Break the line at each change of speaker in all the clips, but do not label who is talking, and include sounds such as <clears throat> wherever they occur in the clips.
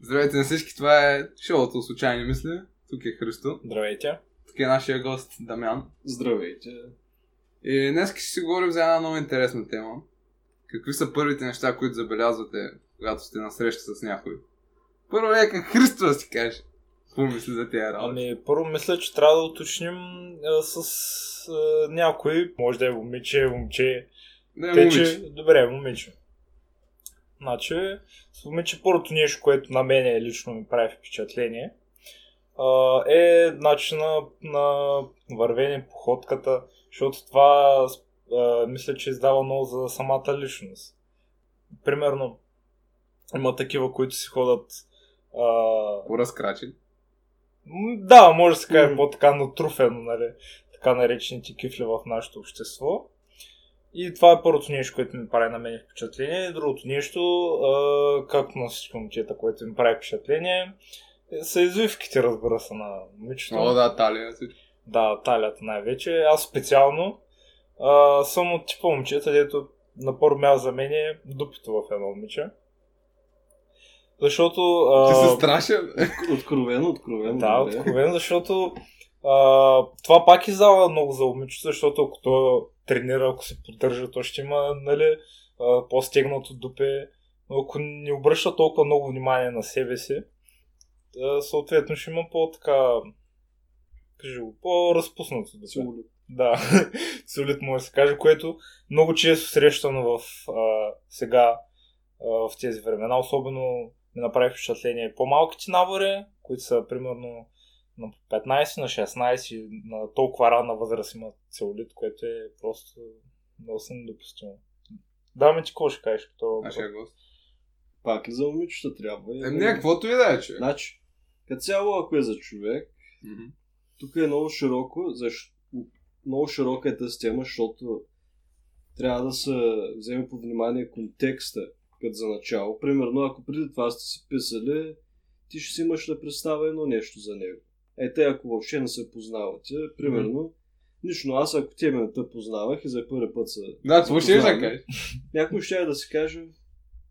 Здравейте на всички, това е шоуто Случайни мисли. Тук е Христо,
Здравейте.
тук е нашия гост Дамян.
Здравейте.
И днес ще си говорим за една много интересна тема. Какви са първите неща, които забелязвате, когато сте на среща с някой? Първо е към Христо да си каже. Какво мисли за тия работа?
Ами, първо мисля, че трябва да уточним а, с а, някой, може да е момиче, момче.
Да,
Те,
Е, момиче.
че... Добре, момиче. Значи, с момиче първото нещо, което на мен лично ми прави впечатление, а, е начина на вървение, походката, защото това а, мисля, че издава много за самата личност. Примерно, има такива, които си ходят а,
Поразкрачен.
М, Да, може да се каже
Мгм.
по-така натруфено, нали, така наречените кифли в нашето общество. И това е първото нещо, което ми прави на мен впечатление. Другото нещо, а, както на всички момчета, което ми прави впечатление, е- са извивките, разбира се, на момичето.
О, да, талия всичко.
Да, талията най-вече. Аз специално а, съм от типа момчета, дето на първо място за мен е дупито в едно момиче. Защото...
Ти
а,
си страшен.
Откровено, откровено.
да,
добре.
откровен, защото а, това пак издава много за момичето, защото ако то тренира, ако се поддържа, то ще има нали, а, по-стегнато дупе. Но ако не обръща толкова много внимание на себе си, а, съответно ще има по-така кажи го, по-разпуснато дупе.
Сигурно.
Да, <laughs> солид може да се каже, което много често срещано в а, сега а, в тези времена. Особено ми направи впечатление по-малките набори, които са примерно на 15, на 16, и на толкова ранна възраст имат целулит, което е просто много съм недопустимо. Да, ме ти какво ще кажеш? Като...
Нашия гост.
Пак и за момичета трябва.
Е, не, каквото и да е, че.
Значи, като цяло, ако е за човек, тук е много широко, защ... много широка е тази тема, защото трябва да се вземе под внимание контекста, като за начало. Примерно, ако преди това сте си писали, ти ще си имаш да представя едно нещо за него. Е, те, ако въобще не се познавате, примерно, лично аз, ако те ме не те познавах и за първи път се
Да, това ще и да
Познаваме.
кажеш.
Някой ще е да си каже,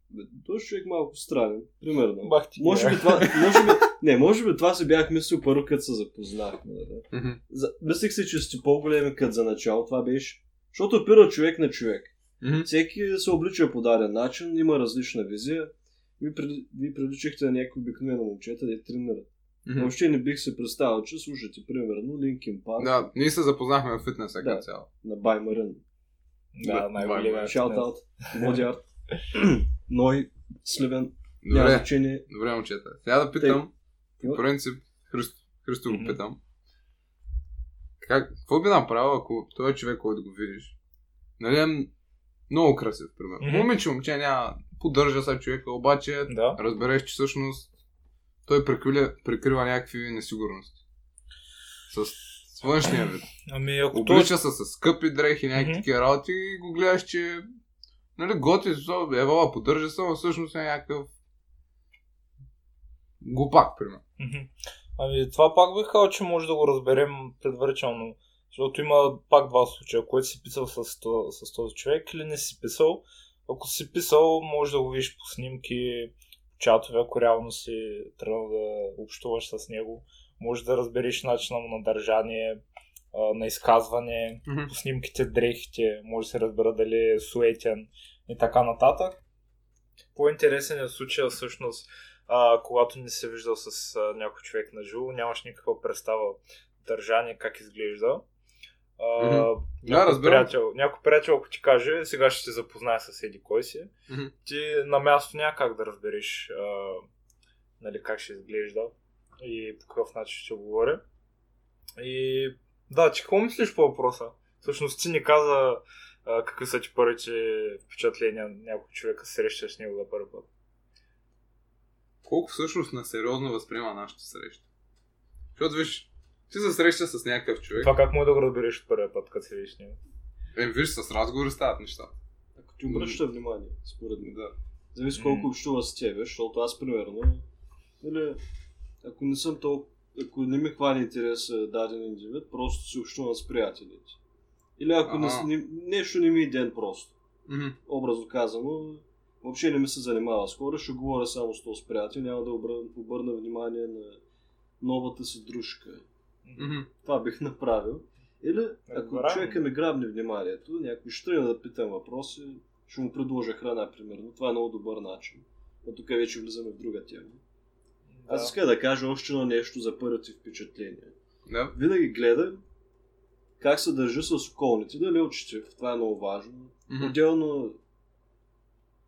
«Бе, този човек малко странен, примерно.
Бах ти,
Може би това, може би, не, може би това се бях мислил първо, като се запознахме. Да.
Мгм.
За, мислих се, че сте по-големи кът за начало, това беше. Защото опира човек на човек.
Мгм.
Всеки се облича по даден начин, има различна визия. Вие, пред- вие приличахте на някои обикновено момчета да тренират.
Мгм.
Въобще не бих се представил, че слушате, примерно, Линкин Парк
Да, ние се запознахме в фитнеса като
Да.
цяло.
на Баймарин.
Да, най-големия.
Шаут-аут, <clears throat> Модиарт, Ной, Сливен. Няма
Добре,
значение.
добре, момчета. Сега да питам,
Тъй.
по принцип, Христо, Христо го
Мгм.
питам. Как, какво би направил, ако той е човек, който го видиш, нали е м- много красив, примерно.
Мгм.
Момиче, момче, няма, поддържа се човека, обаче
Да.
разбереш, че всъщност той прикриля, прикрива някакви несигурности. С, с външния вид.
Ами ако той
Облича се с скъпи дрехи, някакви
Мгм.
такива работи и го гледаш, че нали, готи се, евала, поддържа се, но всъщност е някакъв глупак, примерно.
Мгм. Ами това пак бих казал, че може да го разберем предварително. Защото има пак два случая, което си писал с, то- с този човек или не си писал. Ако си писал, може да го видиш по снимки, по чатове, ако реално си тръгнал да общуваш с него. Може да разбереш начина му на държание, а, на изказване, по снимките, дрехите, може да се разбера дали е суетен и така нататък. По-интересен е случая всъщност, а, когато не се виждал с а, някой човек на живо, нямаш никаква представа държание, как изглежда. А,
Мгм. Да,
някой,
разбирам.
приятел, някой приятел, ако ти каже, сега ще се запознае с еди кой си,
Мгм.
ти на място няма как да разбереш а, нали, как ще изглежда и по какъв начин ще говоря. И да, че какво мислиш по въпроса? Всъщност ти ни каза а, какви са ти първите впечатления на някой човека, срещаш с него за първи път.
Колко всъщност на сериозно възприема нашата среща. Защото виж, ти се среща с някакъв човек,
Това как му е да го разбереш от първия път, като се видиш с него?
е, виж, с разговори стават неща.
Ако ти обръща внимание, според мен.
Да.
Зависи колко
Мгм.
общува с тебе, защото аз примерно, или ако не съм толкова, ако не ми хвани интерес а, даден индивид, просто си общувам с приятелите. Или ако не, с-
Ага.
не, нещо не ми е ден просто.
Мгм.
Образно казано, въобще не ми се занимава с хора, ще говоря само с този приятел, няма да обърна, обърна внимание на новата си дружка.
Мгм.
Това бих направил. Или ако
Разбираемо.
човека ми грабне вниманието, някой ще тръгне да питам въпроси, ще му предложа храна, примерно. Това е много добър начин. Но тук вече влизаме в друга тема.
Да.
Аз иска да кажа още едно нещо за първите впечатления.
Да.
Винаги гледам как се държи с околните, дали е учтив. Това е много важно.
Мгм.
Отделно,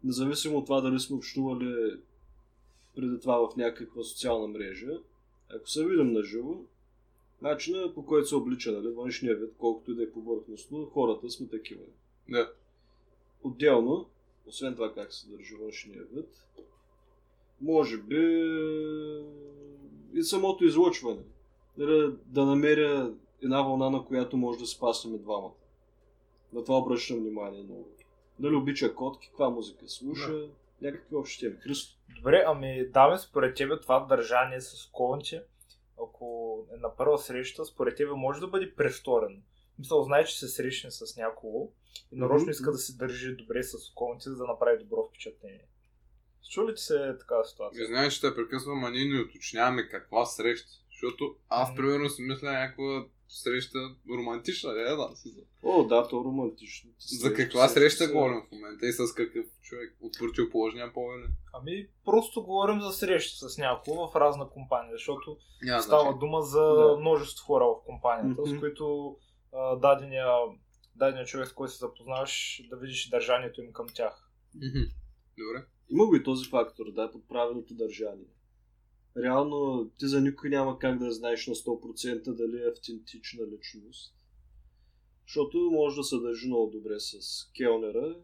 независимо от това дали сме общували преди това в някаква социална мрежа, ако се видим на живо, начина по който се облича, нали, външния вид, колкото и да е повърхностно, хората сме такива.
Да.
Отделно, освен това как се държи външния вид, може би и самото излъчване. Нали, Да намеря една вълна, на която може да спаснем двамата. На това обръщам внимание много. Дали обича котки, каква музика слуша, някакви общи теми. Христо,
Добре, ами даме според тебе това държание с колонче, ако е на първа среща, според тебе може да бъде престорено. Мисъл, знае, че се срещне с някого и нарочно
Мгм.
иска да се държи добре с околните, за да направи добро впечатление. Чу ли ти се такава ситуация?
И знаеш, ще те прекъсвам, а ние не уточняваме каква среща. Защото аз,
Мгм.
примерно, си мисля някаква среща романтична, не да.
О, да, то е романтично.
За каква среща
се-
говорим в момента и с какъв човек от противоположния пол или?
Ами, просто говорим за среща с някого в разна компания, защото
Няма
Става
значение.
дума за
Да.
множество хора в компанията,
Мгм.
с които а, дадения, дадения човек, с който се запознаваш, да видиш държанието им към тях.
Мгм. Добре.
Има го и този фактор, да, под правилното държание. Реално, ти за никой няма как да знаеш на 100% дали е автентична личност. Защото може да се държи много добре с келнера,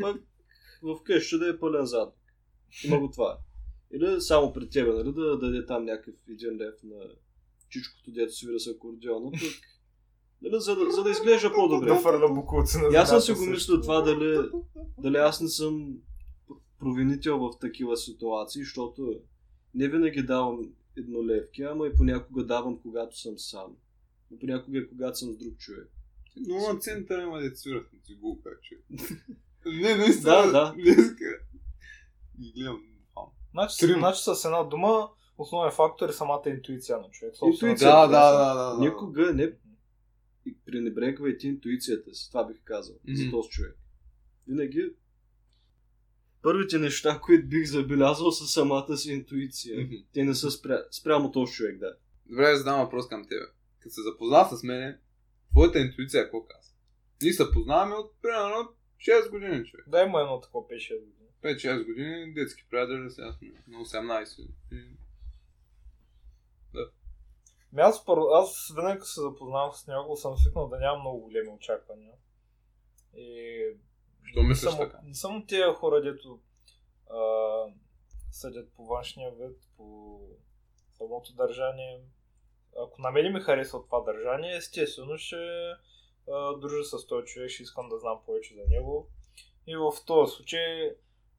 пък <laughs> вкъщи да е пълен задник. Има го това. Или само при тебе, нали, да даде там някакъв един лев на чичкото, дето свира с акордеона, пък, нали, за, да, за да изглежда по-добре.
Да фърля букулци на
И аз
земята
съм си го
също.
мислил това дали, дали аз не съм провинител в такива ситуации, защото не винаги давам еднолевки, ама и понякога давам, когато съм сам. Но понякога и когато съм с друг човек.
Но на центъра има да ти свират на цигулка, <laughs> че. Не, не
Да, да.
Не иска. И гледам. ам.
Значи,
Трим.
значи с една дума, основен фактор е самата интуиция на човек. е собствената
Интуиция,
Да, да,
интуиция.
да, да, да.
Никога не и пренебрегвайте интуицията си, това бих казал,
Мгм.
за този човек. Винаги първите неща, които бих забелязал са самата си интуиция.
Мгм.
Те не са спря... спрямо този човек, да.
Добре, да задам въпрос към тебе. Като се запозна с мене, твоята интуиция какво казва? Ние се познаваме от примерно 6 години, човек.
Да, има едно такова пеше.
5-6 години, детски приятели, сега сме на 18. И-
Ами аз, пър... аз винаги като се запознавам с него, съм свикнал да нямам много големи очаквания. И...
Що
не
мислиш
съм, от-
така?
Не съм от тия хора, дето а, съдят по външния вид, по самото държание. Ако на мен ми харесва това държание, естествено ще а, дружа с този човек, ще искам да знам повече за него. И в този случай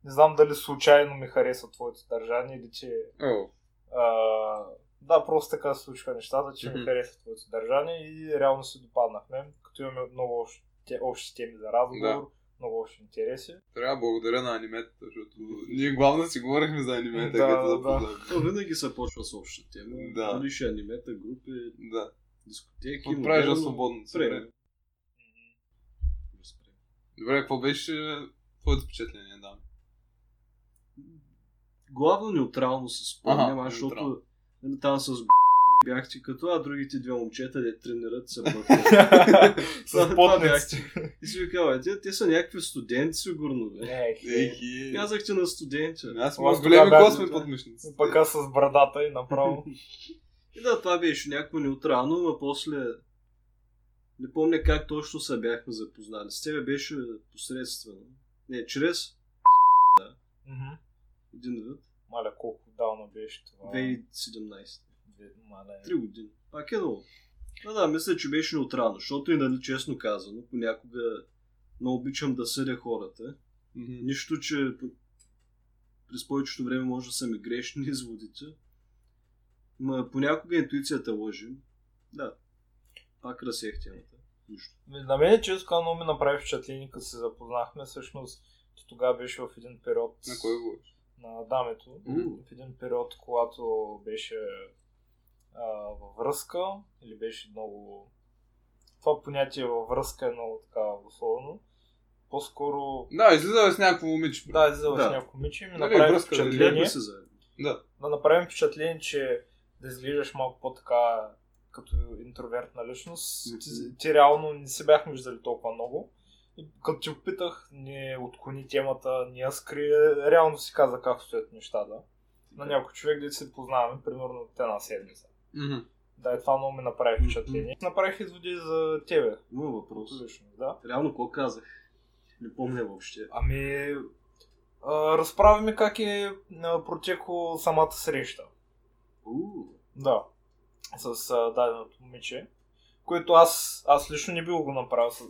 не знам дали случайно ми харесва твоето държание или че
О,
а, да, просто така се случиха нещата, че ми
Мгм.
харесва твоето съдържание и реално се допаднахме, като имаме много общи, те- общи теми за разговор, много
<laughs>
общи интереси.
трябва да благодаря на аниметата, защото ние главно си говорихме за анимета,
Да,
като
да.
запознахме.
То винаги се почва с обща тема.
Да.
Дали ще е анимета, групи,
Да.
дискотеки.
Какво правиш
модерно.
за свободно си
Време.
време? Добре, какво беше твоето впечатление, да?
Главно неутрално се спомням,
Аха,
аз, защото
неутрално.
нали, там с г- бях ти като, а другите две момчета де тренират се
<laughs>
бъдат. Това-
С
това
потници.
И си викава, те, те са някакви студенти сигурно, бе.
Ехи.
Ехи.
Казах ти на студенти.
Е. Аз съм
Е, Аз
с големи
тогава
косми Е,
бях-
под мишници.
Пък аз с брадата и направо.
И да, това беше някакво неутрално, но после... Не помня как точно се бяхме запознали. С тебе беше посредствено. Не, чрез
Мгм.
един вид.
Маля, колко давно беше това.
2017.
Две- Маля.
Три години. Пак е много. Да, да, мисля, че беше неутрално, защото и нали честно казано, понякога не обичам да съдя хората.
Мгм.
Нищо, че по- през повечето време може да са ми грешни <laughs> изводите. Ма понякога интуицията лъжи. Да. Пак разсех темата. Нищо.
е Ми, На мен често казано много ми направи впечатление, като се запознахме, всъщност То Тогава беше в един период
На кой го
на дамето.
М.
В един период, когато беше а, във връзка, или беше много... Това понятие във връзка е много така условно. По-скоро...
Да, излиза с някакво момиче.
Да, излизаш
Да.
да. някакво момиче и ми
Нали,
направи
връзка, нали,
впечатление.
се заедно.
Да.
да направим впечатление, че да изглеждаш малко по-така като интровертна личност,
Мгм.
ти, ти реално не се бяхме виждали толкова много. И като ти опитах, не отклони темата, не я скри, реално си каза как стоят нещата. На някой човек, да се познаваме, примерно от една седмица.
Мгм.
Да, и това много ми направи
Мгм.
впечатление. Направих изводи за тебе,
Имам въпрос.
лично, да.
Реално, какво казах? Не помня въобще.
Ами, а, разправи ми как е а, протекло самата среща.
Уу,
Да. С а, даденото момиче. Което аз, аз лично не би го направил. С,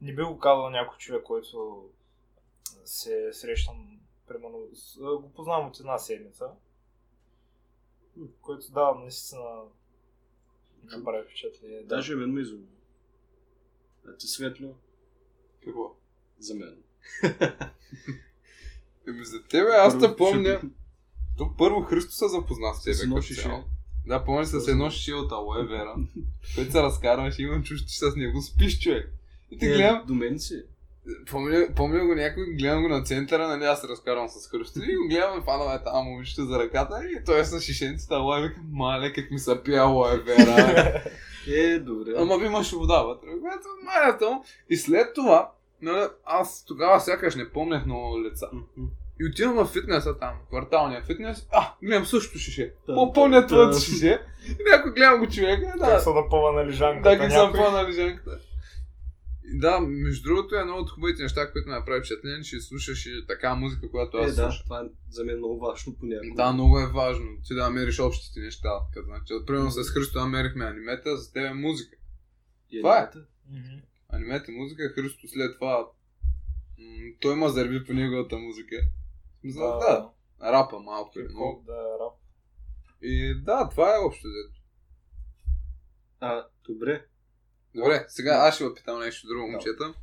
не би го казал на някой човек, който се срещам, примерно, с, а, го познавам от една седмица. Което да, наистина направи впечатление. Да.
Даже мен ме изуми. А ти светло
Какво?
за мен.
Еми за тебе, аз
Първо
те помня.
ще-
То първо Христо се запозна с тебе.
С едно
като
шише.
цяло. Да, помня с едно шише от алоe вера, което се разкарваш и имам чувство, че с него спиш, човек. И ти
Е,
гледам,
До мен си.
помня, помня го някой, гледам го на центъра, нали, аз се разкарвам с Христо и го гледам, фанала е там момичето за ръката и той е с шишенцата алоe, викам, мале, как ми се пие алоe вера.
Е, добре.
Ама ви имаш вода вътре, което маля то. И след това, нали, аз тогава сякаш не помнех много лица.
Мгм.
И отивам в фитнеса там, кварталния фитнес. А, гледам същото шише.
Та,
По-пълня
та,
твоето
та.
шише. И някой гледам го човека.
Как
Да,
се напъва на лежанката
да, как съм
някой.
по лежанката. И Да, между другото, едно от хубавите неща, които ме направи впечатление, че слушаш и така музика, която
Е,
аз
да,
слушам.
това е за мен много важно понякога.
Да, много е важно. Ти да мериш общите неща. Като, значи, примерно с Христо да мерихме анимета, за тебе е музика.
И
това е.
едната.
Мгм.
анимета музика, Христо след това м- той има зарби по неговата музика. За, да, да, рапа малко е, но...
хип-хоп, да, рап.
И да, това е общо взето.
А, добре.
Добре, сега аз ще ви питам нещо друго,
Да.
момчета.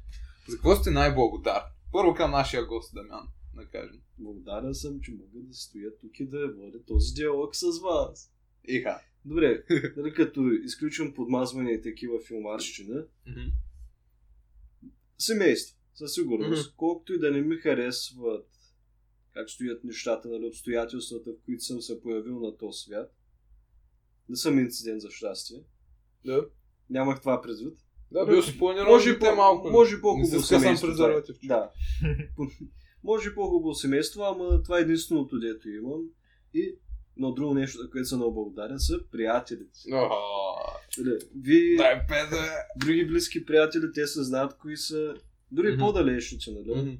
За какво сте най-благодарни? Първо към нашия гост Дамян, да кажем.
Благодарен съм, че мога да стоя тук и да водя този диалог с вас.
Иха.
Добре, нали, като изключвам подмазване и такива филмарщина, семейство, със сигурност. Колкото и да не ми харесват как стоят нещата, нали, обстоятелствата, в които съм се появил на този свят. Не съм инцидент за щастие.
Да.
Нямах това предвид.
Да, бил си планирал
Може
те
и по-
малко.
Може
Не
и
се
по-хубаво
скъсам
семейство. това е.
презерватив.
Да. може и по-хубаво семейство, ама това е единственото, дето имам. И но друго нещо, за което съм много благодарен, са приятелите.
Охо,
Или, Вие,
Дай педа.
Нали, други близки приятели, те се знаят кои са дори
Мгм.
по-далечните, нали?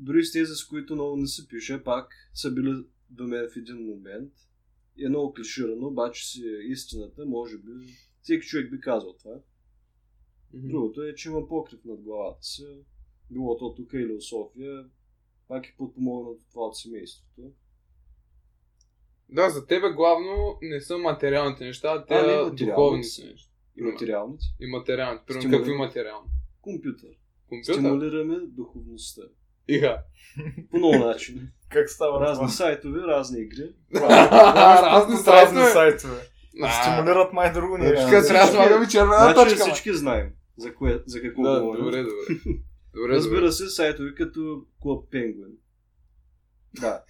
дори с тези, с които много не се пише, пак са били до мен в един момент. И е много клиширано, обаче си е истината, може би всеки човек би казал това. Другото е, че има покрив над главата си, било то тук или в София, пак е подпомогнато това от семейството.
Да, за тебе главно не са материалните неща, а те
не,
а
материалните
духовните
са.
неща.
И
Ама.
материалните.
И материалните. Примерно,
Стимулират.
какво е материално?
Компютър.
Компютър?
Стимулираме духовността.
Иха.
По много начин.
Как става
Разни
<laughs> това?
сайтове, разни игри.
Разни
Разни
сайтове.
сайтове. Стимулират май друго
Значи,
нещо.
Тук трябва да
Всички-
слагаме червена
Значи
точка. ма.
всички знаем за, кое, за какво
Да,
говорим.
добре,
<laughs>
добре. Добре, добре.
Разбира се, сайтове като Club Penguin. Да.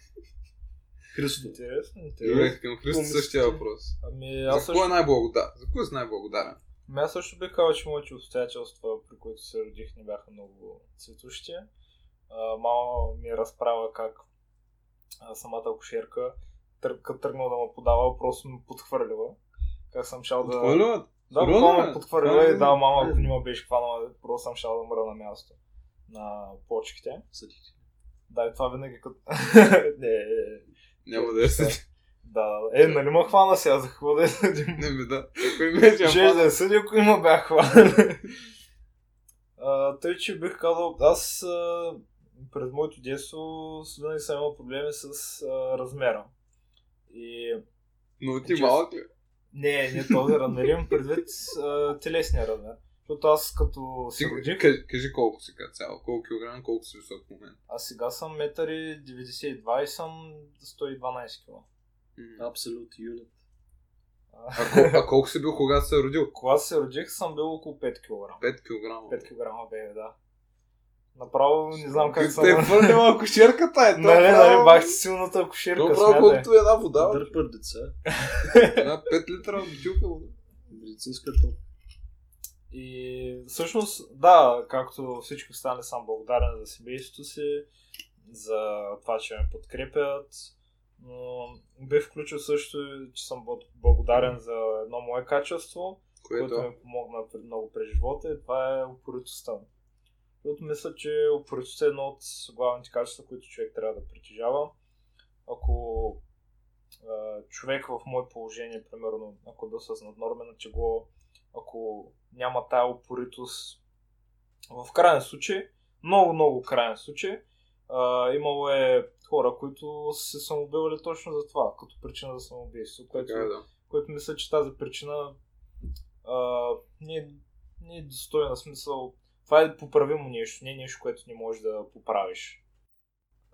Христо.
Интересно, интересно.
Добре, към Христо
Помислите.
същия въпрос.
Ами
За
аз
какво
също,
е най-благодарен? За какво си най-благодарен?
ами аз също бих казал, че моите обстоятелства, при които се родих, не бяха много цветущи. А, мама ми разправя как а, самата акушерка, тър, като тръгнала да му подава, просто ме подхвърлила. Как съм шал да...
Отхвърлят?
Да,
Сериозно,
буквално ме
бе?
подхвърлила и
Е,
да, мама,
е.
ако не ме беше хванала, просто съм шал да мра на място. На почките.
Съдите.
Да, и това винаги като... <laughs> не, не, не.
Няма да е съд.
Да, е, нали ме хвана сега, за какво да <laughs> е съдим?
Не ми да. Ако е им беше
Ще да
апат.
я съди, ако има бях хванен. А, Тъй, че бих казал, аз а, през моето детство с- винаги съм имал проблеми с а, размера. И
Но ти
Чест.
малък ли?
не, не този размер, имам предвид а, телесния размер. Защото аз като се
Ти,
родих,
кажи, кажи колко си като цяло, колко килограм, колко си висок в момента.
а сега съм 1,92 и съм 112 кг.
М.
Абсолют юнит.
А, кол- а колко си бил, когато се е родил?
Когато се родих, съм бил около 5 кг.
5 килограма.
5 кг бе, да. Направо не знам как съм.
Те е фърлила кошерката, е. то
Нали,
право-
нали, бах ти силната
То
кошерка,
право,
смятай.
колкото една вода. бе.
Дърпат деца.
Една 5 литра бутилка вода.
Медицинска топ.
И всъщност, да, както всички останали съм благодарен за семейството си, за това, че ме подкрепят. Но бих включил също, и, че съм бл- благодарен за едно мое качество, което,
Което? е
ми помогна при- много през живота и това е упоритостта. ми. Защото мисля, че упоритостта е едно от главните качества, които човек трябва да притежава. Ако а, човек в мое положение, примерно, ако е бил с наднормена тегло, ако няма тая упоритост, в крайен случай, много, много крайен случай, а, имало е хора, които са се самоубивали точно за това, като причина за самоубийство, което,
Така е, да.
което мисля, че тази причина а, не, е, не е достойна смисъл. Това е поправимо нещо, не е нещо, което не можеш да поправиш.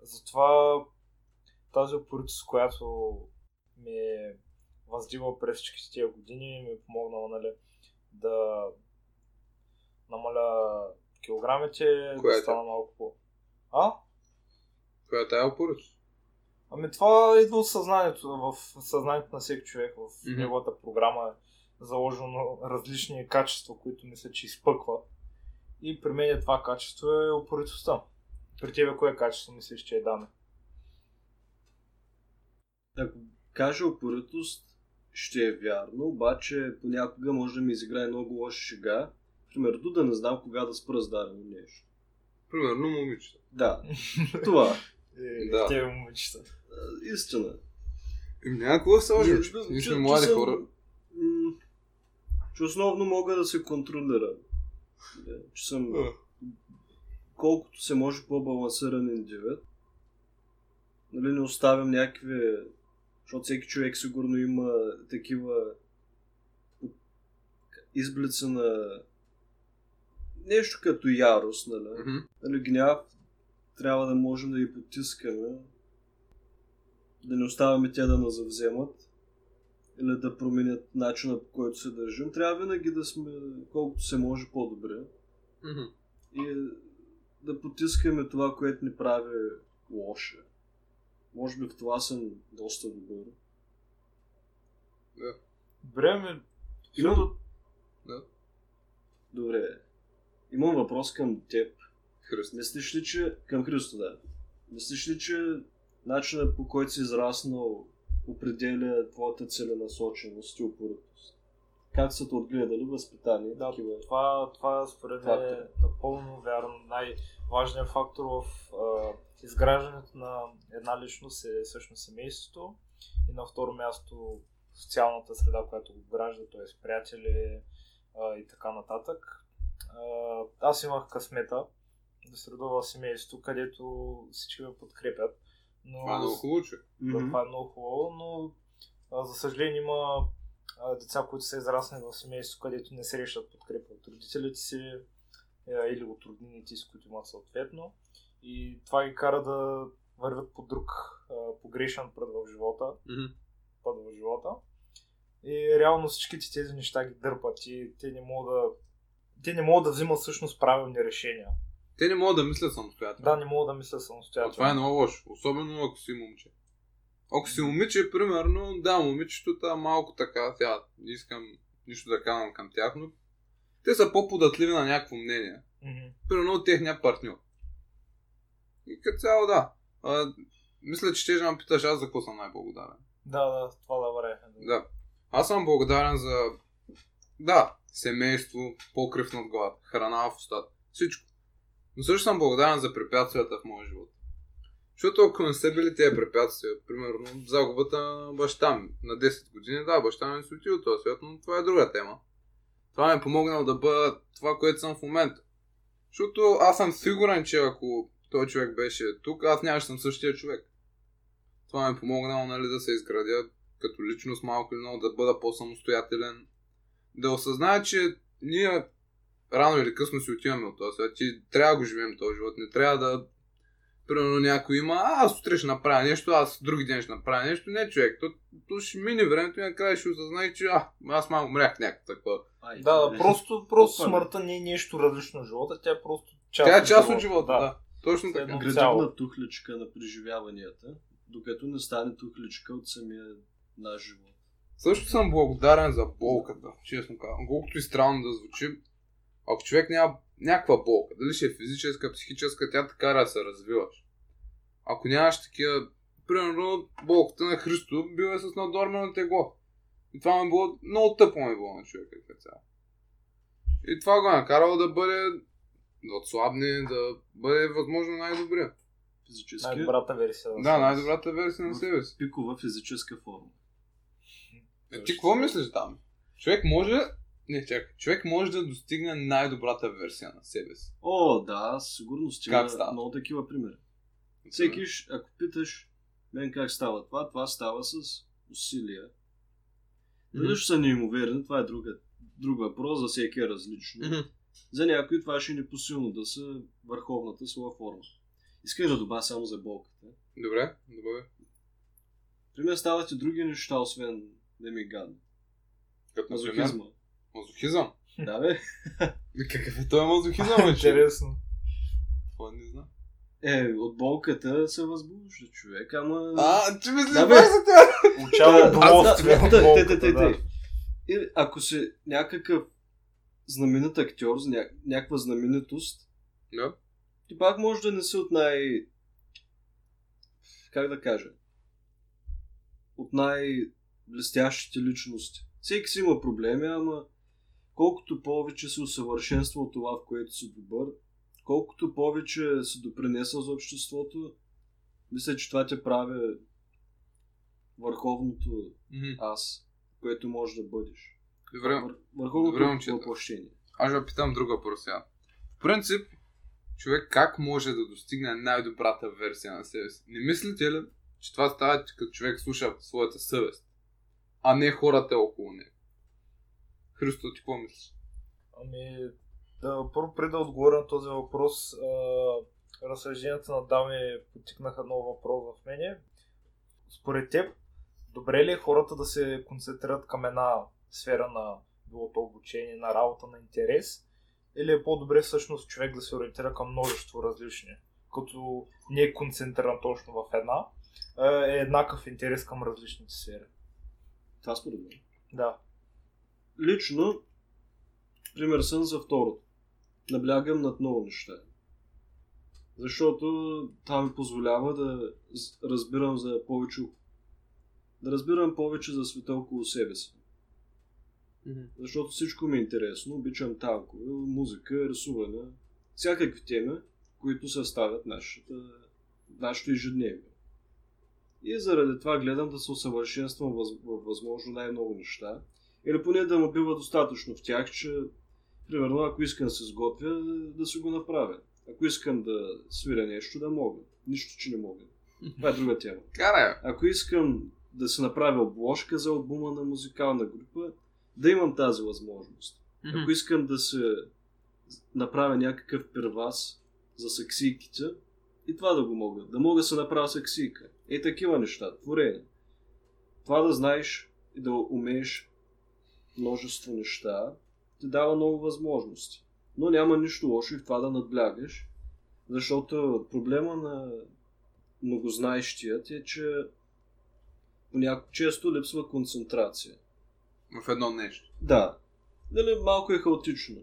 Затова тази упоритост, която ми е въздигала през всичките тия години, ми е помогнала нали, да намаля килограмите,
Коя е
да стана малко по... А?
Коя е тая упорит?
Ами това идва от съзнанието, в съзнанието на всеки човек, в
Мгм.
неговата програма е заложено различни качества, които мисля, че изпъква. И при мен е това качество е упоритостта. При тебе кое качество мислиш, че е даме?
Ако кажа упоритост, ще е вярно, обаче понякога може да ми изиграе много лоша шега. Примерно да не знам кога да спра с дадено нещо.
Примерно момичета. <laughs>
Да, това. е.
Е,
Да.
Тебе момичета.
Истина.
Им няма какво да се лъжи.
Чу-
Ние
чу-
сме
чу-
млади
съм-
хора.
м, Че основно мога да се контролирам. Е, Че съм колкото се може по-балансиран индивид. Нали, не оставям някакви... Защото всеки човек сигурно има такива изблици на нещо като ярост, нали?
Мгм.
нали гняв. Трябва да можем да ги потискаме. Да не оставяме те да нас завземат. Или да променят начина по който се държим. Трябва винаги да сме колкото се може по-добре
Мгм.
и да потискаме това, което ни прави лошо. Може би в това съм доста добър.
Добре, ами, ми...
Имам...
Да.
Добре. Имам въпрос към теб.
Христо.
Мислиш ли, че... Към Христо, да. Мислиш ли, че начинът по който си израснал определя твоята целенасоченост и упоритост? Как са те отгледали възпитание?
Да,
такива?
нали? това, това според мен е
Фактор.
напълно вярно. Най-важният фактор в а, изграждането на една личност е всъщност семейството и на второ място социалната среда, която го гражда, т.е. приятели а, и така нататък. А, аз имах късмета да се родя в семейство, където всички ме подкрепят. Но
Това е много хубаво, че.
да,
Мгм.
това е много хубаво, но а, за съжаление има а, деца, които са израснали в семейство, където не срещат подкрепа от родителите си а, или от роднините си, които имат съответно. И това ги кара да вървят по друг а, погрешен път в живота,
Мгм.
път в живота. И реално всичките тези неща ги дърпат и те не могат да, те не могат да взимат всъщност правилни решения.
Те не могат да мислят самостоятелно.
Да, не могат да мислят
А
самостоятелно.
това е много лошо. Особено ако си момче. Ако си момиче, примерно, да, момичето та малко така, тя не искам нищо да казвам към тях, но те са по-податливи на някакво мнение.
Мгм.
Примерно от техния партньор. И като цяло, да. А, мисля, че ще ме питаш аз за какво съм най-благодарен.
Да, да, това да варе.
Да. Аз съм благодарен за... Да, семейство, покрив над главата, храна в устата, всичко. Но също съм благодарен за препятствията в моя живот. Защото ако не са били тези препятствия, примерно загубата на баща ми на 10 години, да, баща ми се отиде от този свят, но това е друга тема. Това ми е помогнало да бъда това, което съм в момента. Защото аз съм сигурен, че ако този човек беше тук, аз нямаше да съм същия човек. Това ми е помогнало нали, да се изградя като личност малко или много да бъда по-самостоятелен. Да осъзная, че ние рано или късно си отиваме от този свят. Ти трябва да го живеем този живот. Не трябва да... Примерно някой има, а, аз утре ще направя нещо, аз други ден ще направя нещо. Не, човек, то, то ще мине времето и накрая ще осъзнае, че а, аз малко умрях някакво такова.
Ай,
Да,
Е,
да,
не.
просто, просто
Опа,
смъртта не е нещо различно от живота, тя е просто част
Тя е част от живота, да. Точно
Все
така.
едно.
Градивна
цяло.
тухличка на преживяванията, докато не стане тухличка от самия наш живот.
Също съм благодарен за болката, честно казвам. Колкото и странно да звучи, ако човек няма някаква болка, дали ще е физическа, психическа, тя така да се развиваш. Ако нямаш такива, примерно болката на Христо била с надормено тегло. И това ми било, много тъпо ми било на човека като цяло. И това го е накарало да бъде, да отслабне, да бъде възможно най-добрия.
Физически
Най-добрата версия. на
Да,
себе си.
най-добрата версия на себе си.
пикова физическа форма.
Е, ти какво мислиш там? Човек може... Не, чакай. Човек може да достигне най-добрата версия на себе си.
О, да, със сигурност
Как
има
става?
много такива примери. Всеки, ще- ако питаш мен как става това, това става с усилия.
Нали?
Дали ще са неимоверни, това е друга, друг въпрос, за всеки е различно.
Мгм.
За някои това ще е непосилно да са върховната своя форма. Искам да добавя само за болката.
Добре, добре.
При мен стават и други неща, освен да ми е гадно.
Като например...
Мазохизма.
Мазохизъм.
Да, бе.
Ми, Какъв е той <laughs> мазохизъм, вече?
Интересно.
Това не знам.
Е, от болката се възбужда човек, ама...
А, че мислиш
Да,
да,
бе.
за тя?
е
Получава удоволствие от
Те, те,
болката,
те,
да.
те. И ако си някакъв знаменит актьор, с ня- някаква знаменитост,
Да.
ти пак може да не си от най... Как да кажа? От най-блестящите личности. Всеки си има проблеми, ама колкото повече се усъвършенства от това, в което си добър, колкото повече си допринесъл за обществото, мисля, че това те прави върховното
Мгм.
аз, което може да бъдеш.
Добре.
Вър- Върховното
Добре, момчета.
въплъщение.
Аз ще питам друга пърсия. В принцип, човек как може да достигне най-добрата версия на себе си? Не мислите ли, че това става, че като човек слуша своята съвест, а не хората около него? Христо, ти какво мислиш?
Ами, да, първо преди да отговоря на този въпрос, а, разсъжденията на Дами потикнаха нов въпрос в мене. Според теб, добре ли е хората да се концентрират към една сфера на билото обучение, на работа, на интерес? Или е по-добре всъщност човек да се ориентира към множество различни, като не е концентриран точно в една, а е еднакъв интерес към различните сфери?
Това според мен.
Да.
Лично, пример съм за второто. Наблягам над много неща. Защото това ми позволява да з- разбирам за повече да разбирам повече за света около себе си. Защото всичко ми е интересно. Обичам танкове, музика, рисуване. Всякакви теми, които съставят нашата, нашето ежедневие. И заради това гледам да се усъвършенствам въз, във възможно най-много неща. Или поне да му бива достатъчно в тях, че примерно ако искам да се сготвя, да си го направя. Ако искам да свиря нещо, да мога. Нищо, че не мога. Това е друга тема.
Карай, бе.
Ако искам да си направя обложка за албума на музикална група, да имам тази възможност. Ако искам да се направя някакъв первас за саксийките, и това да го мога. Да мога да се направя саксийка. Е, такива неща. Творение. Това да знаеш и да умееш множество неща, ти дава много възможности. Но няма нищо лошо и в това да надблягаш, защото проблема на многознаещият е, че понякога често липсва концентрация.
В едно нещо.
Да. Нали, малко е хаотично.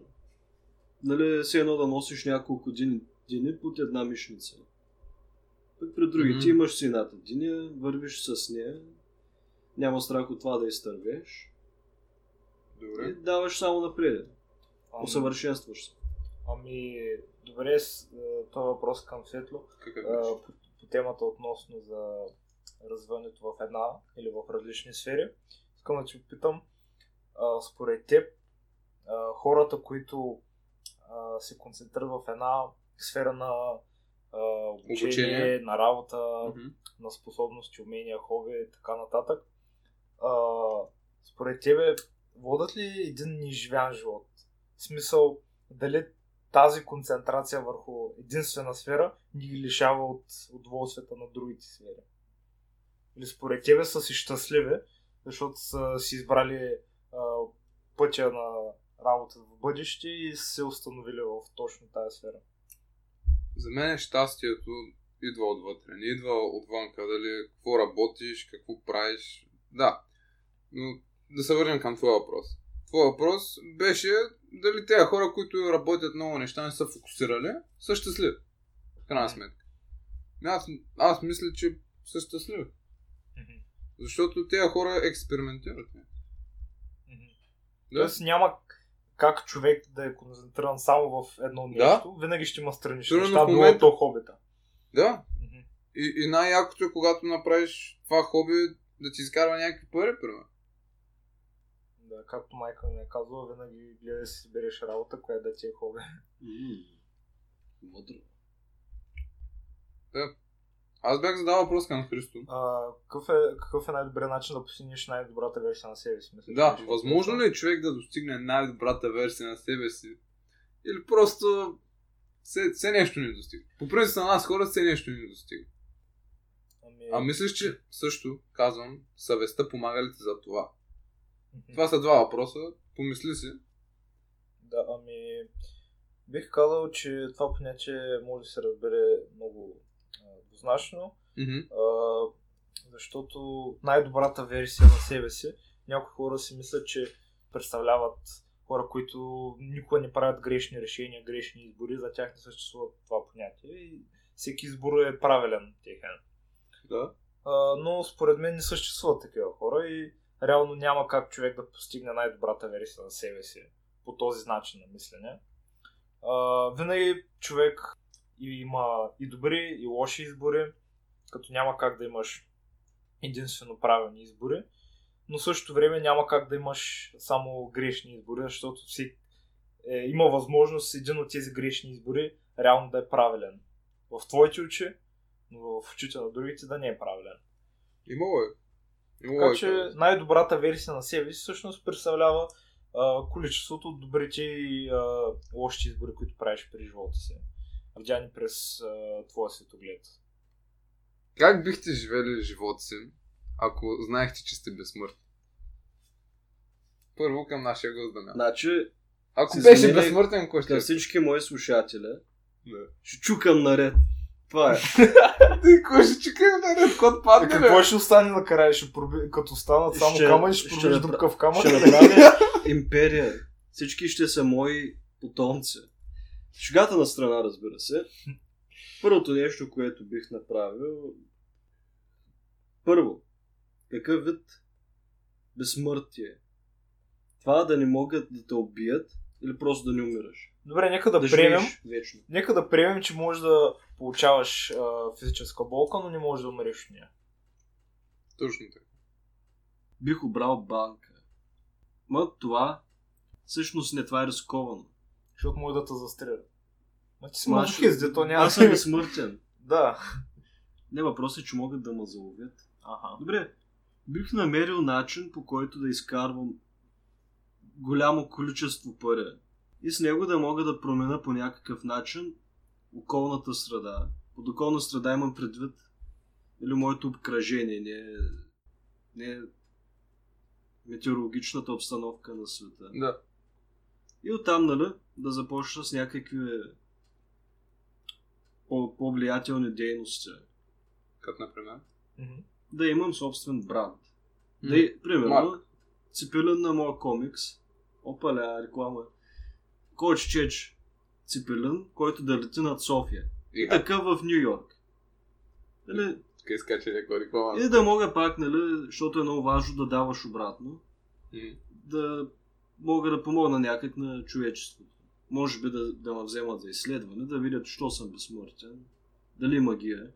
Нали, все едно да носиш няколко дни, дни под една мишница. Пък при другите
Мгм.
имаш си едната диня, вървиш с нея, няма страх от това да изтървеш и
Добре.
даваш само напред.
Ам,
Усъвършенстваш се.
Ами, добре, с- е, този въпрос към Светло.
Какъв
а,
беше?
по, по темата относно за развиването в една или в различни сфери. Искам да ти попитам, а, според теб, а, хората, които а, се концентрират в една сфера на а, обучение,
Обучение.
на работа,
Мгм.
на способности, умения, хоби и така нататък, а, според тебе водят ли един неживян живот? В смисъл, дали тази концентрация върху единствена сфера ни ги лишава от удоволствията на другите сфери. Или според тебе са си щастливи, защото са си избрали а, пътя на работа в бъдеще и са се установили в точно тази сфера.
За мен е щастието идва отвътре, не идва отвънка, дали какво работиш, какво правиш. Да, но да се върнем към твоя въпрос. Твоя въпрос беше дали тези хора, които работят много неща, не са фокусирали, са щастливи. В крайна сметка. Ами Аз, аз мисля, че са щастливи.
Мгм.
Защото тези хора експериментират.
Мгм.
Да,
Тоест няма как човек да е концентриран само в едно
Да.
нещо, винаги ще има странични
Примерно
неща,
в момента-
било то хобита.
да,
Мгм.
И, и най-якото е, когато направиш това хоби, да ти изкарва някакви пари, примерно.
Да, както майка ми е казала, винаги гледай да си избереш работа, която да ти е хоби.
М, Мъдро.
Аз бях задал въпрос към Христо.
А, какъв, е, какъв е най-добрият начин да постигнеш най-добрата версия на себе си? Мисля,
Да, възможно ли е човек да достигне най-добрата версия на себе си? Или просто все, все нещо ни достига. По принцип на нас хора все нещо ни достига.
Ами...
А мислиш, че също, казвам, съвестта помага ли ти за това?
мгм.
Това са два въпроса. Помисли си.
Да, ами... Бих казал, че това понятие може да се разбере много а, двузначно.
Мгм.
А, защото най-добрата версия на себе си, някои хора си мислят, че представляват хора, които никога не правят грешни решения, грешни избори, за тях не съществува това понятие и всеки избор е правилен техен.
Да.
А, но според мен не съществуват такива хора и реално няма как човек да постигне най-добрата версия на себе си по този начин на мислене. А, винаги човек и има и добри, и лоши избори, като няма как да имаш единствено правилни избори, но в същото време няма как да имаш само грешни избори, защото си, е, има възможност един от тези грешни избори реално да е правилен. В твоите очи, но в очите на другите да не е правилен.
Имало е. Имало
Така
е,
че
казвам.
най-добрата версия на себе си всъщност представлява а, количеството от добрите и а, лошите избори, които правиш през живота си. Видяни през а, твоя светоглед.
Как бихте живели живота си, ако знаехте, че сте безсмъртни? Първо към нашия гост Дамян.
Значи,
Ако
Си
беше
замине-
безсмъртен, кой ще
към
е?
всички мои слушатели,
Да.
ще чукам наред. Това е.
Ти кой ще чека да не кот
А Е, какво ще остане на края? Ще проби... Като останат само
Ще-
камъни, ще
ще
пробиш
направ-
дупка в камък.
Ще направя империя. Всички ще са мои потомци. Шегата на страна, разбира се. Първото нещо, което бих направил... Първо, какъв вид безсмъртие? Това да не могат да те убият или просто да не умираш.
Добре, нека да,
да
приемем.
живееш вечно.
Нека да приемем, че можеш да получаваш а, физическа болка, но не можеш да умреш от нея.
Точно така.
бих обрал банка. Ма това, всъщност не това е рисковано.
Защото може да те застрелят. Ма ти си
Ма,
мазохист, де то няма.
Аз съм безсмъртен.
Да.
Не, въпросът е, че могат да ме заловят.
Аха.
Добре, бих намерил начин, по който да изкарвам голямо количество пари. И с него да мога да променя по някакъв начин околната среда. Под околна среда имам предвид или моето обкръжение, не, не метеорологичната обстановка на света.
Да.
И оттам, нали, да започна с някакви по- по-влиятелни дейности.
Като например.
Мгм.
Да имам собствен бранд. Да, и- Нали, примерно,
Марка.
цепелин на моя комикс. Опаля, реклама. Коч Чеч цепелин, който да лети над София.
И как
Така в Нью Йорк. Нали,
изкача някаква реклама.
и да мога пак, нали, защото е много важно да даваш обратно,
М.
да мога да помогна някак на човечеството. Може би да, да ме вземат за изследване, да видят, що съм безсмъртен, дали магия.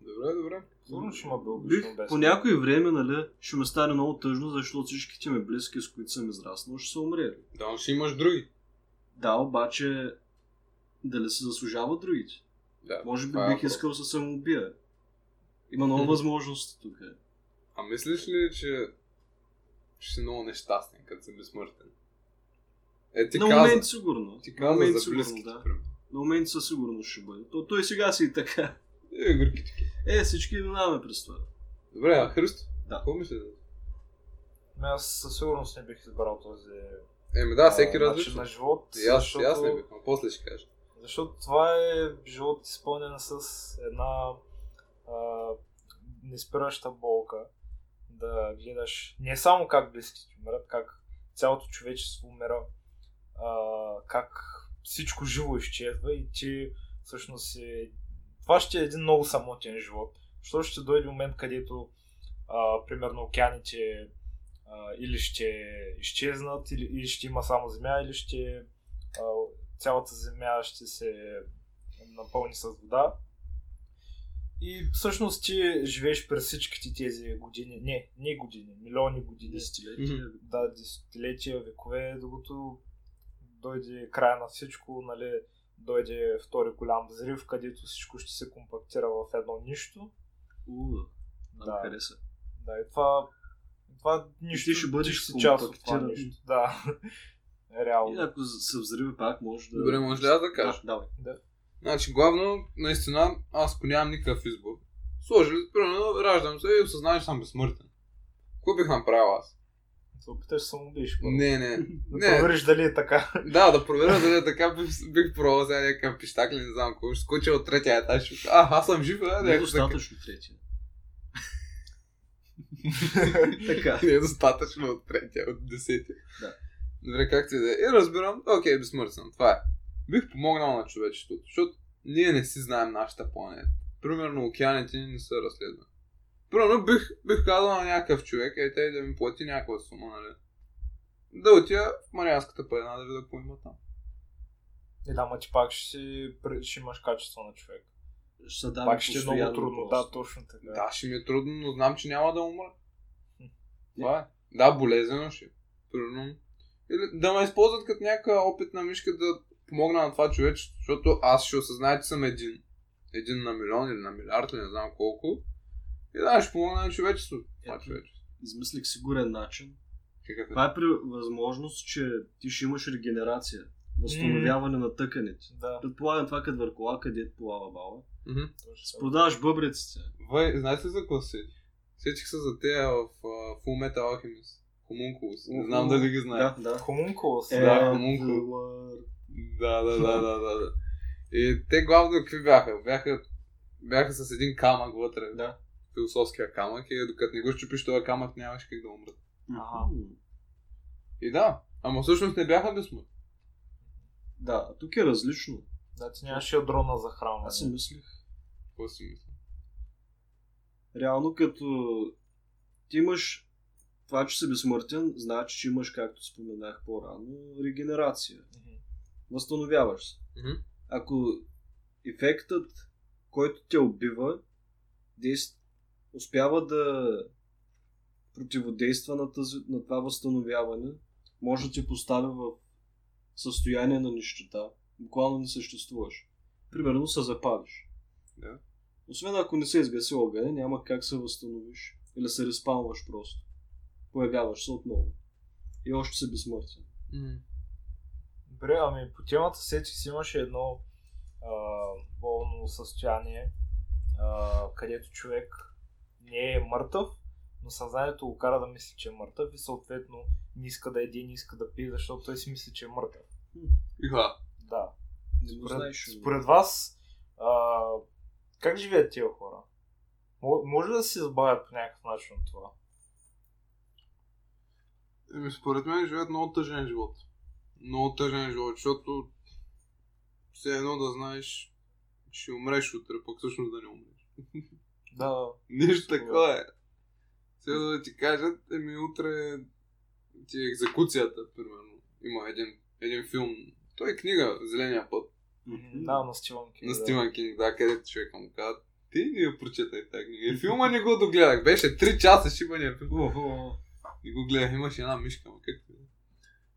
Добре, добре.
Сигурно ще има
Бих,
биологично без.
по някое време, нали, ще ме стане много тъжно, защото всичките ми близки, с които съм израснал, ще са умрели.
Да, но ще имаш други.
Да, обаче, дали се заслужават другите?
Да,
Може би
това е
бих
въпрос.
искал да се самоубия. Има много
Мгм.
възможности тук.
А мислиш ли, че ще си много нещастен, като си безсмъртен? Е, ти
на
каза,
момент сигурно.
ти
на
каза
момент
за близките,
да.
примерно.
На момент със сигурност ще бъде. То, той сега си и така.
Е, горките.
Е, всички минаваме през това.
Добре, а Христо?
Да.
Какво мисля?
Ами Аз със сигурност не бих избрал този
Еми да, всеки
значи
а, начин
различно.
на живот.
И аз, и аз не бих, но после ще кажа.
Защото това е живот изпълнен с една а, неспираща болка. Да гледаш не само как близките ти умират, как цялото човечество умира, а, как всичко живо изчезва и ти всъщност е... Това ще е един много самотен живот. Защото ще дойде момент, където а, примерно океаните а, или ще изчезнат, или, или ще има само земя, или ще а, цялата земя ще се напълни с вода. И всъщност ти живееш през всичките тези години, не, не години, милиони години,
Десетилетия.
да, десетилетия, векове, докато дойде края на всичко, нали, дойде втори голям взрив, където всичко ще се компактира в едно нищо.
Уу, да.
Да.
Ми хареса.
Да, и това, това нищо,
ти ще бъдеш
ти ще си част от това
компактиран.
нищо. Да, <laughs> реално.
И ако се взриви пак, може да...
Добре, може ли аз да кажа?
Да, давай.
Значи, главно, наистина, аз ако нямам никакъв избор, сложили, примерно, раждам се и осъзнавам, че съм безсмъртен. Какво бих направил аз?
Се опиташ да се самоубиеш. първо.
Не, не.
Да
не.
провериш дали е така. <laughs>
Да, да проверя дали е така, бих, бих пробвал сега някакъв пищак или не знам какво. Ще скоча от третия етаж. и- А, аз съм жив, а,
Не е
някакво така.
достатъчно третия. <laughs> така.
Не е достатъчно от третия, от десетия.
Да.
Добре, както и да е. И разбирам, окей, безсмъртен съм, това е. Бих помогнал на човечеството, защото ние не си знаем нашата планета. Примерно океаните ни не са разследвани. Примерно бих, бих казал на някакъв човек, е тъй да ми плати някаква сума, нали? Да отида в Марианската планина да видя какво има там.
И да, ма ти пак ще, си, ще имаш качество на човек.
Ще се дава
пак ще е много трудно. Да, точно така.
Да, ще ми е трудно, но знам, че няма да умра.
Хм.
Това е. Да, болезнено ще. е. Трудно. Или да ме използват като някаква опитна мишка да помогна на това човечество, защото аз ще осъзная, че съм един. Един на милион или на милиард, или не знам колко. И да, ще помогна на човечеството. Това
Ето.
човечество.
Измислих сигурен начин.
Какъв е?
Това е при възможност, че ти ще имаш регенерация. Възстановяване на тъканите.
Да,
Предполагам това като въркола, е където плава бала.
Мгм.
точно.
Продаваш бъбреците.
Вай, знаете ли за какво се сетих? Сетих се за тея в uh, Full Metal Alchemist. Хомункулус. Не знам дали ги знаете.
Да, да.
Хомункулус.
Е,
да.
мунко.
Едуард.
Да, да, да, да, да, да. И те главно какви бяха? Бяха, бяха с един камък вътре.
Да.
Философския камък и докато не го щупиш този камък нямаш как да умрат.
Ага.
М.
И да, ама всъщност не бяха безсмъртни.
Да, а тук е различно.
да, ти нямаш ядро на захранване.
Аз си мислих,
Какво си мисля?
реално като ти имаш това, че си безсмъртен, значи, че имаш, както споменах по-рано, регенерация.
Мгм.
Възстановяваш се.
Мгм.
Ако ефектът, който те убива, действ... успява да противодейства на, тази, на това възстановяване, може да те постави в състояние на нищета. Буквално не съществуваш. Примерно се запалиш.
Да.
Освен ако не се изгаси огъня, няма как се възстановиш. Или се респалваш просто. Появяваш се отново. И още си безсмъртен.
Добре, ами по темата сетих си имаше едно а, болно състояние, а, където човек не е мъртъв, но съзнанието го кара да мисли, че е мъртъв и съответно не иска да еде, не иска да пие, защото той си мисли, че е мъртъв.
Иха.
Да.
Не го
Според,
знаеш.
според вас, а, как живеят тия хора? Мо- Може ли да се избавят по някакъв начин от това?
Еми, според мен живеят много тъжен живот. Много тъжен живот, защото все едно да знаеш, ще умреш утре, пък всъщност да не умреш.
Да.
Нищо
Сигурно.
такова е. Сега да ти кажат, еми утре ти е екзекуцията, примерно. Има един, един филм, той е книга, Зеления път,
Мгм.
Да, на Стивън Кинг.
на
да.
Стивън Кинг, да, където човека му казва, ти не я прочетай тази книга. И филма не го догледах, беше 3 часа шибания филм.
Охо.
И го гледах, имаше една мишка, ма как И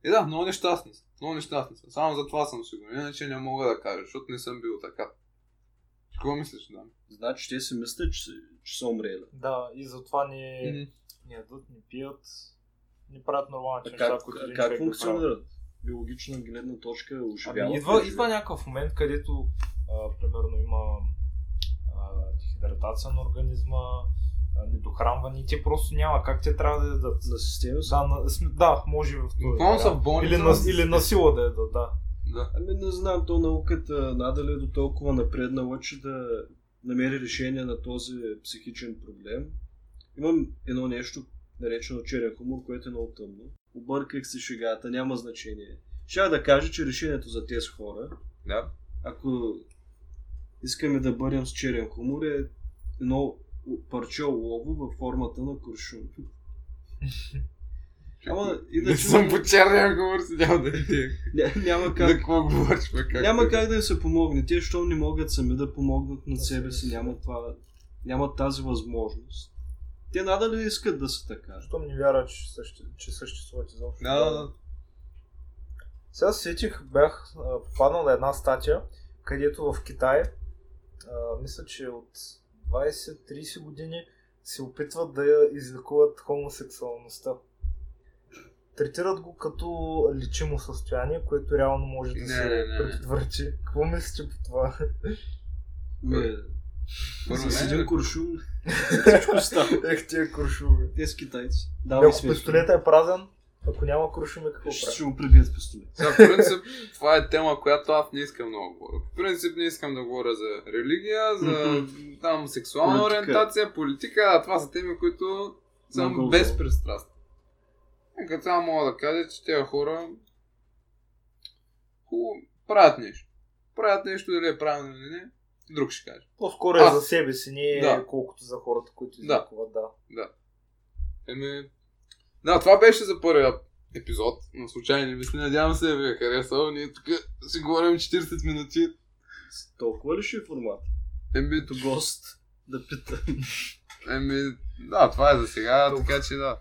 е. да, много нещастни са. Много нещастни са. Само за това съм сигурен. Иначе не мога да кажа, защото не съм бил така. Какво мислиш, да?
Значи те си мислят, че, че са умрели.
Да, и затова не, не ядат, не пият, не правят нормални
А
неща,
как,
които един
как
човек би правил.
функционират? биологична гледна точка е оживяла.
Ами, идва, идва някакъв момент, където а, примерно има а, дехидратация на организма, а, недохранване и те просто няма как те трябва да ядат.
На система са.
Да, на, сме- да може в този
Буквално са
вариант.
в болница.
или, на, или на сила да ядат, да.
Да.
Ами не знам, то науката надали е до толкова напреднала, че да намери решение на този психичен проблем. Имам едно нещо, наречено черен хумор, което е много тъмно. Обърках се шегата, няма значение. Щях да кажа, че решението за тези хора
Да.
ако искаме да бъдем с черен хумор, е едно парче лово във формата на куршум. Ама
Не
иначе
съм по черния говор, седял да ти.
ня,
<laughs>
няма
За
как.
какво говориш, бе? Как е?
Няма как да им се помогне. Те, щом не могат сами да помогнат на себе си, нямат, това, нямат тази възможност. Те надали искат да са така.
Щом не вярва, че, същи, че съществуват изобщо.
Да, да, да.
Сега се сетих, бях а, попаднал на една статия, където в Китай, а, мисля, че от 20-30 години се опитват да я излекуват хомосексуалността. Третират го като лечимо състояние, което реално може да
Не,
се
не, не.
предотврати. Какво мислите по това?
Ме,
Първо,
с
не,
един
не.
куршум всичко става.
<laughs> Ех, тия куршуми.
Те с китайци. Давай
Ако
смешно.
пистолета е празен, ако няма куршуми, какво
Ще
прави?
ще му прибият пистолет.
Сега, в принцип, това е тема, която аз не искам много да говоря. В принцип, не искам да говоря за религия, за там сексуална
Политика.
ориентация, политика. А това са теми, които съм
Много.
безпристрастен. И Като само мога да кажа, че тези хора хубаво правят нещо. Правят нещо, дали е правилно или не, друг ще каже.
По-скоро
А.
е за себе си, не е
Да.
колкото за хората, които
Да.
излекуват, да.
Еми... Да, това беше за първия епизод на случайни мисли. Надявам се да ви е харесал. Ние тук си говорим 40 минути.
Толкова ли ще е формат?
Еми,
Гост да пита.
Еми, да, това е за сега,
Тук.
така че да.